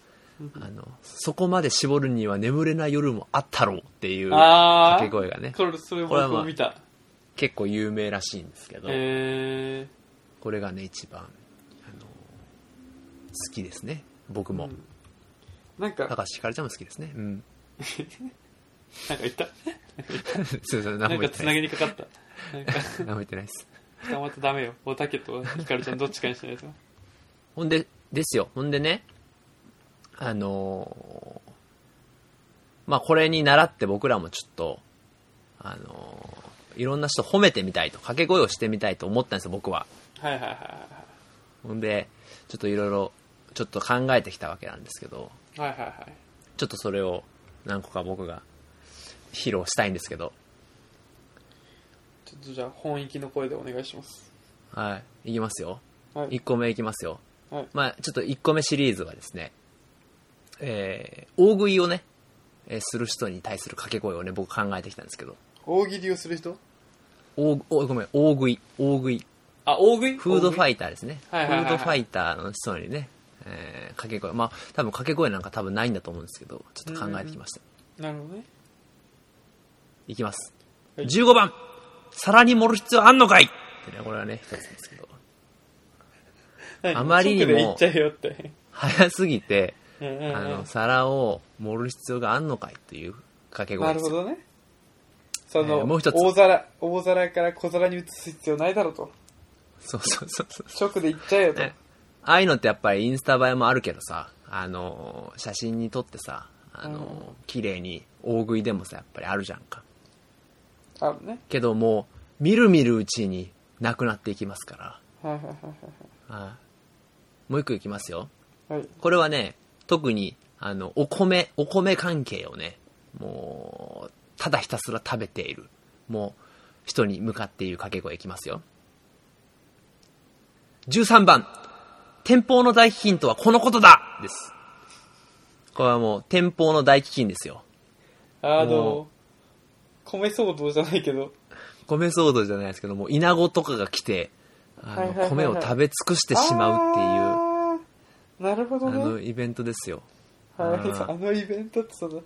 S2: あのそこまで絞るには眠れない夜もあったろうっていう
S1: あー
S2: 掛け声がね
S1: それ、それ
S2: これは
S1: 僕
S2: まあ
S1: も見た。
S2: 結構有名らしいんですけど、
S1: え
S2: これがね一番あの好きですね僕も、
S1: うんー、なんか、なん
S2: 高
S1: か
S2: 橋ひかるちゃんも好きですねうん
S1: 言った
S2: すいません
S1: な
S2: 何も
S1: ん
S2: 言
S1: か
S2: って
S1: 繋
S2: ない
S1: げ
S2: で
S1: にかかった。なんか、
S2: す何も言ってないです
S1: 捕まったらダメよ。おたけとひかるちゃんどっちかにしないと。
S2: ほんで、ですよ。ほんでね、あのーまあ、これに倣って僕らもちょっと、あのーいろんな人褒めてみたいと、掛け声をしてみたいと思ったんですよ、僕は。
S1: はいはいはい
S2: ほんで、ちょっといろいろ、ちょっと考えてきたわけなんですけど、
S1: はい。はいはいはい。
S2: ちょっとそれを何個か僕が披露したいんですけど、
S1: ちょっとじゃあ本域の声でお願いします。
S2: はい。いきますよ。
S1: はい
S2: 1個目いきますよ。
S1: はい
S2: まあ、ちょっと1個目シリーズはですね、えー、大食いをね、
S1: え
S2: えーする人に対する掛け声をね、僕考えてきたんですけど。
S1: 大喜利をする人
S2: 大、おごめん、大食い、大食い。
S1: あ、大食い
S2: フードフ
S1: イ
S2: ァイターですね。フ
S1: はいはいはい
S2: ー
S1: はい
S2: ドファイターの人にね、えー掛け声。まあ、多分掛け声なんか多分ないんだと思うんですけど、ちょっと考えてきました。
S1: なるほどね。
S2: いきます。
S1: はい
S2: 15番、皿に盛る必要あんのかいってね、これはね、一つですけど。あまりにも
S1: 直で言っちゃえよって。
S2: 早すぎて、
S1: うんうんうん
S2: あの、皿を盛る必要があんのかいっていう掛け
S1: なる
S2: 声で
S1: ほ
S2: すよ。
S1: どね。その、
S2: えーもう一つ
S1: 大皿、大皿から小皿に移す必要ないだろうと。
S2: そうそうそうそう。
S1: 直で言っちゃえよと。
S2: ねああいうのってやっぱりインスタ映えもあるけどさ、あのー、写真に撮ってさ、あのー、綺麗に大食いでもさ、やっぱりあるじゃんか。
S1: あるね。
S2: けどもう、みるみるうちになくなっていきますか
S1: はいはいはい
S2: ら。はいもう一個いきますよ。
S1: はい。はい。
S2: これはね、特に、あの、お米、お米関係をね、もう、ただひたすら食べている、もう、人に向かっている掛け声いきますよ。13番、天保の大飢饉とはこのことだです。これはもう、天保の大飢饉ですよ。
S1: あ
S2: もう
S1: の、米騒動じゃないけど、
S2: 米騒動じゃないですけども、稲子とかが来て、
S1: は
S2: あ
S1: いはい
S2: の
S1: はいは、い
S2: 米を食べ尽くしてしまうってい
S1: う。
S2: う、
S1: なるほど
S2: あの、
S1: ね。
S2: イベントですよ。
S1: あ
S2: あー
S1: のあのイベントってその、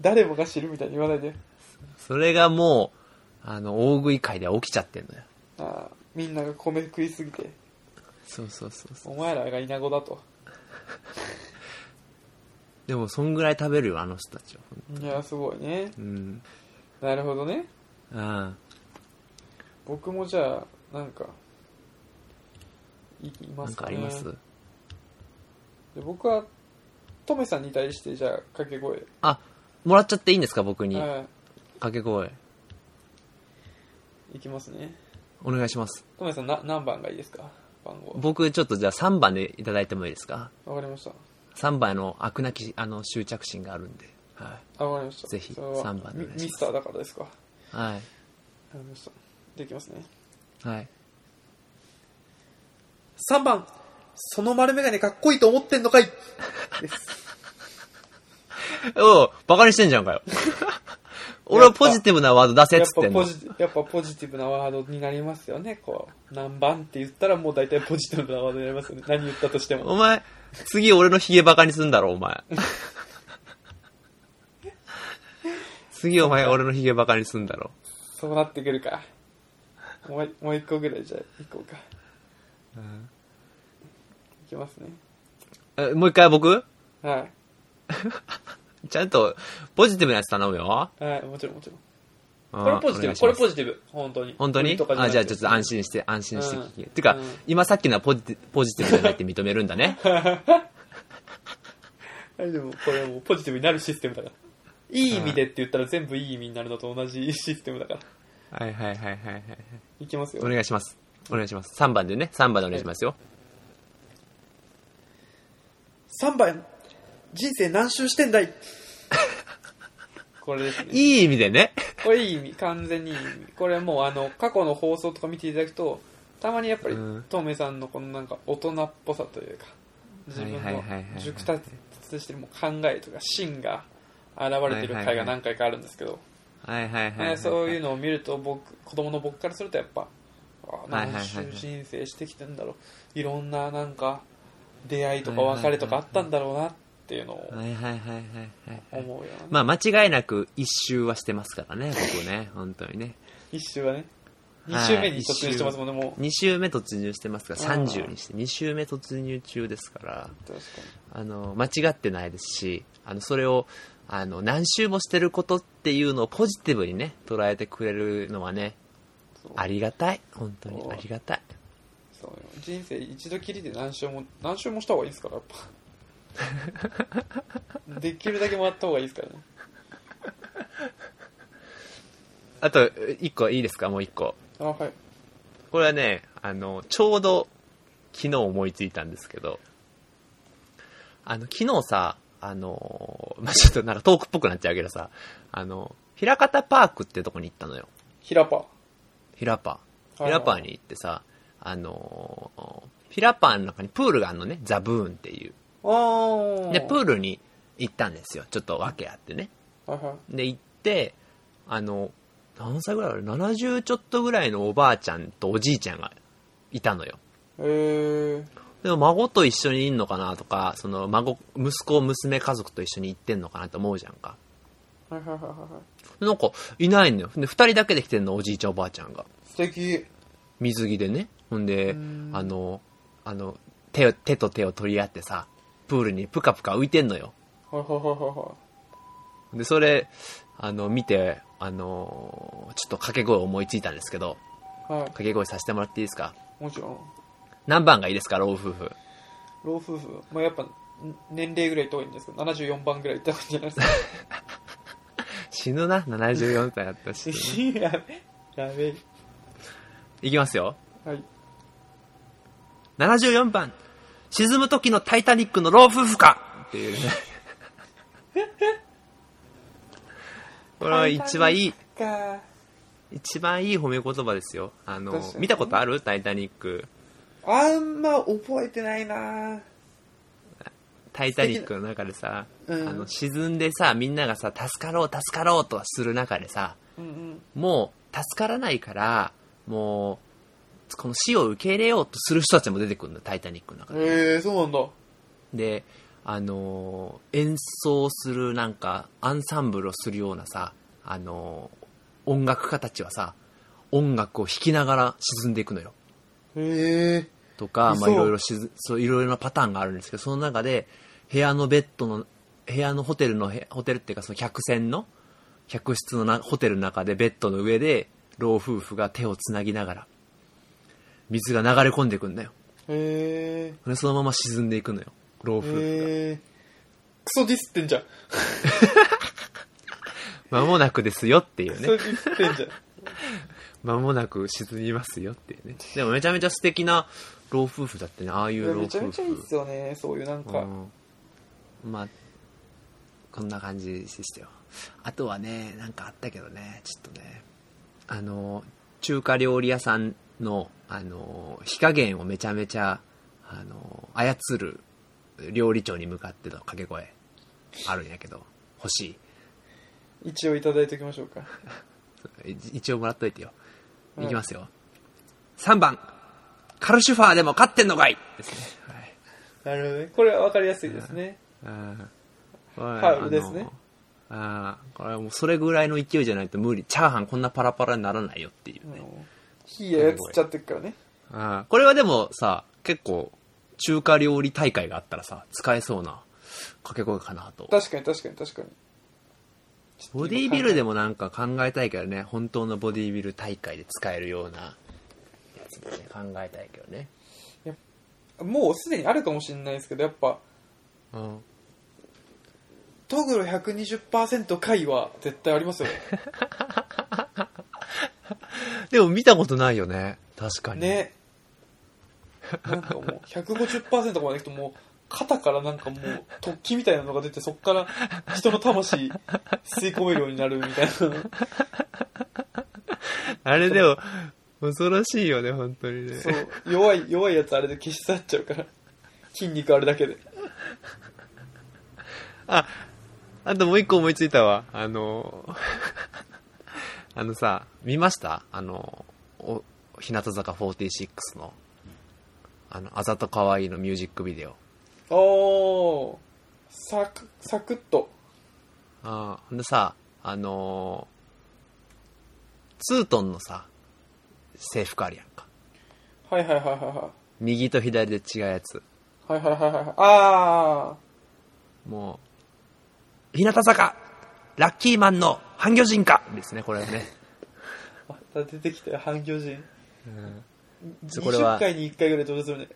S1: 誰もが知るみたいに言わないで。
S2: それがもう、あの、大食い会では起きちゃってんのよ。
S1: あーみんなが米食いすぎて、
S2: そうそうそうそう。
S1: お前らがイナゴだと。
S2: でも、そんぐらい食べるよ、あの人たちは。
S1: いや、すごいね。
S2: うん。
S1: なるほどね。
S2: あ
S1: 僕もじゃあ、なんか、いい
S2: あ、
S1: ま
S2: なん
S1: す
S2: か
S1: か
S2: あ
S1: ね。
S2: ります
S1: で僕は、トメさんに対して、じゃあ、掛け声。
S2: あ、もらっちゃっていいんですか、僕に。
S1: は
S2: 掛け声。
S1: い。いきますね。
S2: お願いします。
S1: トメさん、な、何番がいいですか番号。
S2: 僕、ちょっとじゃあ3番でいただいてもいいですか
S1: わかりました。
S2: ?3 番の悪なき、あの、執着心があるんで。は
S1: あわかりました。
S2: ぜひ
S1: それは
S2: 三番でお願いします
S1: ミミスターだからですか。わか
S2: い。はい。
S1: りました。できますね。
S2: はい。
S1: 3番その丸眼鏡かっこいいと思ってんのかい
S2: おう、バカにしてんじゃん かよ。俺はポジティブなワード出せっ
S1: やっ
S2: つっ
S1: ぱ
S2: てんの
S1: ポ。ジやっぱポジティブなワードになりますよね。こう、何番って言ったらもう大体ポジティブなワードになりますよね。何言ったとしても。
S2: お前、次俺のヒゲバカにすんだろ、お 前。次お前俺のヒゲバカにすんだろ。
S1: そうなってくるか。もう、もう一個ぐらいじゃあ、行こうか。いきますね。
S2: えもう一回僕
S1: は
S2: ちゃんと、ポジティブなやつ頼むよ。
S1: い。はい、もちろんもちろん。
S2: こ
S1: これポジティブ、これ
S2: ジテ
S1: ポ
S2: ィブ。
S1: ジティブ。本当に。
S2: 本当に
S1: とか
S2: あ、じゃあちょっと安
S1: 心。
S2: 心して、安心して聞け。
S1: うん
S2: てか、
S1: うん
S2: 今さっきのはポジティポジティブじゃないって認めるんだね。
S1: はいでも、これはもうポジティブになるシステムだから。いい意味でって言ったら全部いい意味になるのと同じシステムだから。
S2: はいはいはいはいはい。
S1: いきますよ
S2: お。願いします。お願いします。3番でね、3番でお願いしますよ。
S1: 3番人生何周してん だいこれですね
S2: いい意味でね。
S1: これいい意味完全にいい意味これもうあの過去の放送とか見ていただくとたまにやっぱり
S2: うん
S1: トメさんのこのなんか大人っぽさというか自分
S2: はい
S1: の
S2: はいはいはいはい
S1: 熟達してるもう考えとか芯が現れてる回
S2: はいは
S1: が
S2: いはい
S1: 何回かあるんですけど
S2: はいはいはい、は
S1: ね
S2: い。
S1: そういうのを見ると僕子供の僕からするとやっぱあ
S2: はいはいはい
S1: 何周人生してきてんだろういろんななんか出会いとか別れとかあったんだろうなっていうのを
S2: はいはいはいはいはい。
S1: 思うような
S2: まあ間違いなく一周はしてますからね、僕ね、本当にね。
S1: 一周はね。二
S2: はい
S1: 周目に突入してますもんね、もう。
S2: 2周目突入してますから、
S1: うん
S2: 30にして、2周目突入中ですから、
S1: 確か
S2: あの、間違ってないですし、あの、それを、あの、何周もしてることっていうのをポジティブにね、捉えてくれるのはね、
S1: そう
S2: ありがたい。本当に
S1: そう
S2: ありがたい。
S1: に。そうよ人生一度きりで何周も、何周もした方がいいですから、 やっぱ。できるだけ回った方がいいですからね。
S2: あと、1個いいですかもう1個。
S1: あ、はい。
S2: これはね、あの、ちょうど昨日思いついたんですけど、あの、昨日さ、あの、 まあ、ちょっとなんかトークっぽくなっちゃうけどさ、あの、平方パークってとこに行ったのよ。
S1: ひらぱ。
S2: 平パー。
S1: いはい
S2: 平パーに行ってさ、あのー、平パーの中にプールがあるのね、ザブーンっていう。
S1: あー。
S2: で、プールに行ったんですよ。ちょっと訳あってね。
S1: はいはい。
S2: で、行って、あの、何歳ぐらいある ?70 ちょっとぐらいのおばあちゃんとおじいちゃんがいたのよ。
S1: えー、
S2: でも孫と一緒にいんのかなとか、その孫、息子、娘家族と一緒に行ってんのかなと思うじゃんか。
S1: はいはいはいはいはい。
S2: でなんか、いないのよ。で、二人だけで来てんの、おじいちゃんおばあちゃんが。
S1: 素敵。
S2: 水着でね。ほんで、
S1: うん
S2: あの、あの、手を、手と手を取り合ってさ、プールにぷかぷか浮いてんのよ。
S1: はいはいはいはいは
S2: で、それ、あの、見て、あの、ちょっと掛け声思いついたんですけど、
S1: い。は
S2: 掛け声させてもらっていいですか
S1: い。もちろん。
S2: 何番がいいですか、老夫婦。
S1: 老夫婦。まあやっぱ、ん年齢ぐらい遠いんですけど、74番ぐらいいった方がいいんじゃないですか。
S2: 死ぬな、74歳だった し。
S1: やべ、やべ。
S2: いきますよ。
S1: はい。
S2: 74番、沈む時のタイタニックの老夫婦かっ ていうね。これは一番いい、
S1: かー
S2: 一番いい褒め言葉ですよ。あの
S1: 確か、に
S2: 見たことあるタイタニック。
S1: あんま覚えてないな
S2: タイタニックの中でさ、
S1: うん
S2: あの、沈んでさ、みんながさ、助かろう、助かろうとはする中でさ、
S1: うんうん。
S2: もう、助からないから、もう、この死を受け入れようとする人たちも出てくるの、タイタニックの中で。
S1: えー、そうなんだ。
S2: で、あのー演奏するなんか、アンサンブルをするようなさ、あのー音楽家たちはさ、音楽を弾きながら沈んでいくのよ。
S1: えー。
S2: とか、ま
S1: 嘘
S2: あ、いろいろしず、そう、いろいろなパターンがあるんですけど、その中で、部屋のベッドの、部屋のホテルのへ、ホテルっていうか、その客船の、客室のなホテルの中で、ベッドの上で、老夫婦が手をつなぎながら、水が流れ込んでいくんだよ。
S1: え
S2: でそのまま沈んでいくのよ。老
S1: ー。
S2: 夫婦が。
S1: えー。クソディスってんじゃん。
S2: 間もなくですよっていう
S1: クソ
S2: ね
S1: デ。ィスってんじゃ ん。
S2: 間もなく沈みますよっていうね。でもめちゃめちゃ素敵な老夫婦だってね、ああい
S1: いうや
S2: 老夫婦。
S1: めちゃめちゃいいっすよね、そういうなんか。
S2: うん、まあこんな感じでしたよあとはねなんかあったけどねちょっとねあの中華料理屋さんのあの火加減をめちゃめちゃあの操る料理長に向かっての掛け声あるんやけど欲し
S1: 一応いただいておきましょうか。
S2: いい一応もらっといてよ
S1: うん
S2: いきますよ、3番カルシファーでも勝ってんのかいですね、は
S1: な
S2: い
S1: るほどね。これはわかりやすいですね。
S2: うん
S1: ァウルですね。
S2: あのあー、これはもうそれぐらいの勢いじゃないと無理。チャーハンこんなパラパラにならないよっていう
S1: あ
S2: ね。
S1: の火やつっちゃってるからね。
S2: あーこれはでもさ、結構、中華料理大会があったらさ、使えそうな掛け声かなと。
S1: 確かに確かに確かに。
S2: ボディービルでもなんか考えたいけどね、本当のボディービル大会で使えるようなやつもね、考えたいけどね。
S1: もうすでにあるかもしれないですけど、やっぱ、
S2: うん。
S1: トグロ120%回は絶対ありますよね。
S2: でも見たことないよね。確 かに。
S1: ね。なんかもう150%とかまでいくともう肩からなんかもう突起みたいなのが出てそっから人の魂吸い込めるようになるみたいな。
S2: あれでも、恐ろしいよね、本当にね。
S1: そう。弱い、弱いやつあれで消し去っちゃうから。筋肉あれだけで。
S2: あ、あともう一個思いついたわ。あの、 あのさ、見ましたあの、お、日向坂46の、あの、あざとかわいいのミュージックビデオ。
S1: おー。サク、サクッと。
S2: あーほんでさ、あのツートンのさ、制服あるやんか。
S1: はいはいはいはいはい。
S2: 右と左で違うやつ。
S1: はいはいはいはいはい。あ
S2: もう、日向坂、ラッキーマンの半魚人かですね、これね。
S1: ー。また出てきたよ、反響人。
S2: ちょこれは
S1: 20回に1回ぐらい登場するね。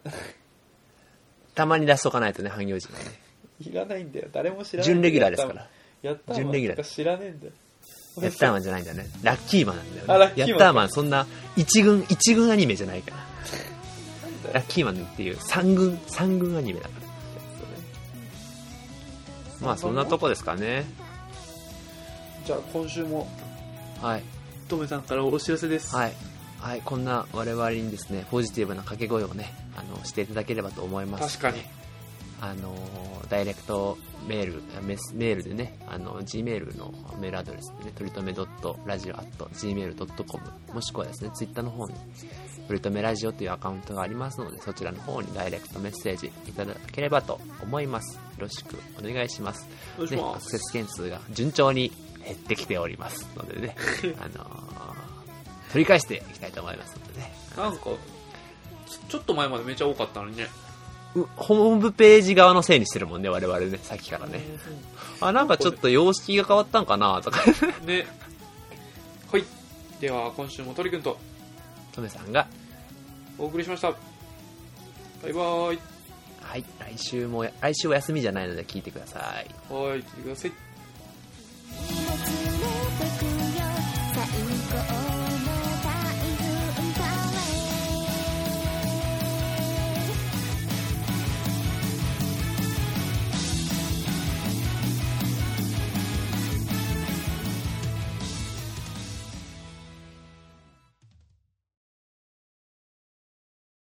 S2: たまに出しとかないとね、半魚人がね。
S1: いらないんだよ。誰も知らない。
S2: 準レギュラーですから。
S1: やったー
S2: 準レギュラー
S1: とか知らねえんだよ。
S2: ヤッターマンじゃないんだね。ラッキーマンなんだよ、ね。
S1: あラッキーマン
S2: ヤッターマン、そんな、一軍、一軍アニメじゃないから。ラッキーマンっていう、三軍、三軍アニメだから。まあ、そんなとこですかね。
S1: じゃあ今週も
S2: はい。
S1: トメさんからお知らせです。
S2: はい。はい。こんな我々にですね、ポジティブな掛け声をね、あの、していただければと思います。
S1: 確かに。
S2: あのーダイレクトメール、あメスメールでね、あの、Gmail のメールアドレスでね、とりとめ .radio.gmail.com、もしくはですね、Twitter の方に、とりとめラジオというアカウントがありますので、そちらの方にダイレクトメッセージいただければと思います。よろしくお願いします。
S3: お願いし
S2: ね、
S3: ま
S2: アク
S3: す
S2: セ。ス件数が順調に減ってきておりますので ね、あのー取り返していきたいと思いますのでね。
S3: なんか、ちょっと前までめちゃ多かったのにね。
S2: うホームページ側のせいにしてるもんね、我々ね、さっきからね。あ、なんかちょっと様式が変わったんかなとか、
S3: ね。
S1: はい。では、今週も鳥くんと
S2: トメさんが、
S1: お送りしました。バイバーイ。
S2: はい、来週も、来週は休みじゃないので聞いてください。
S1: はい、聞いてください。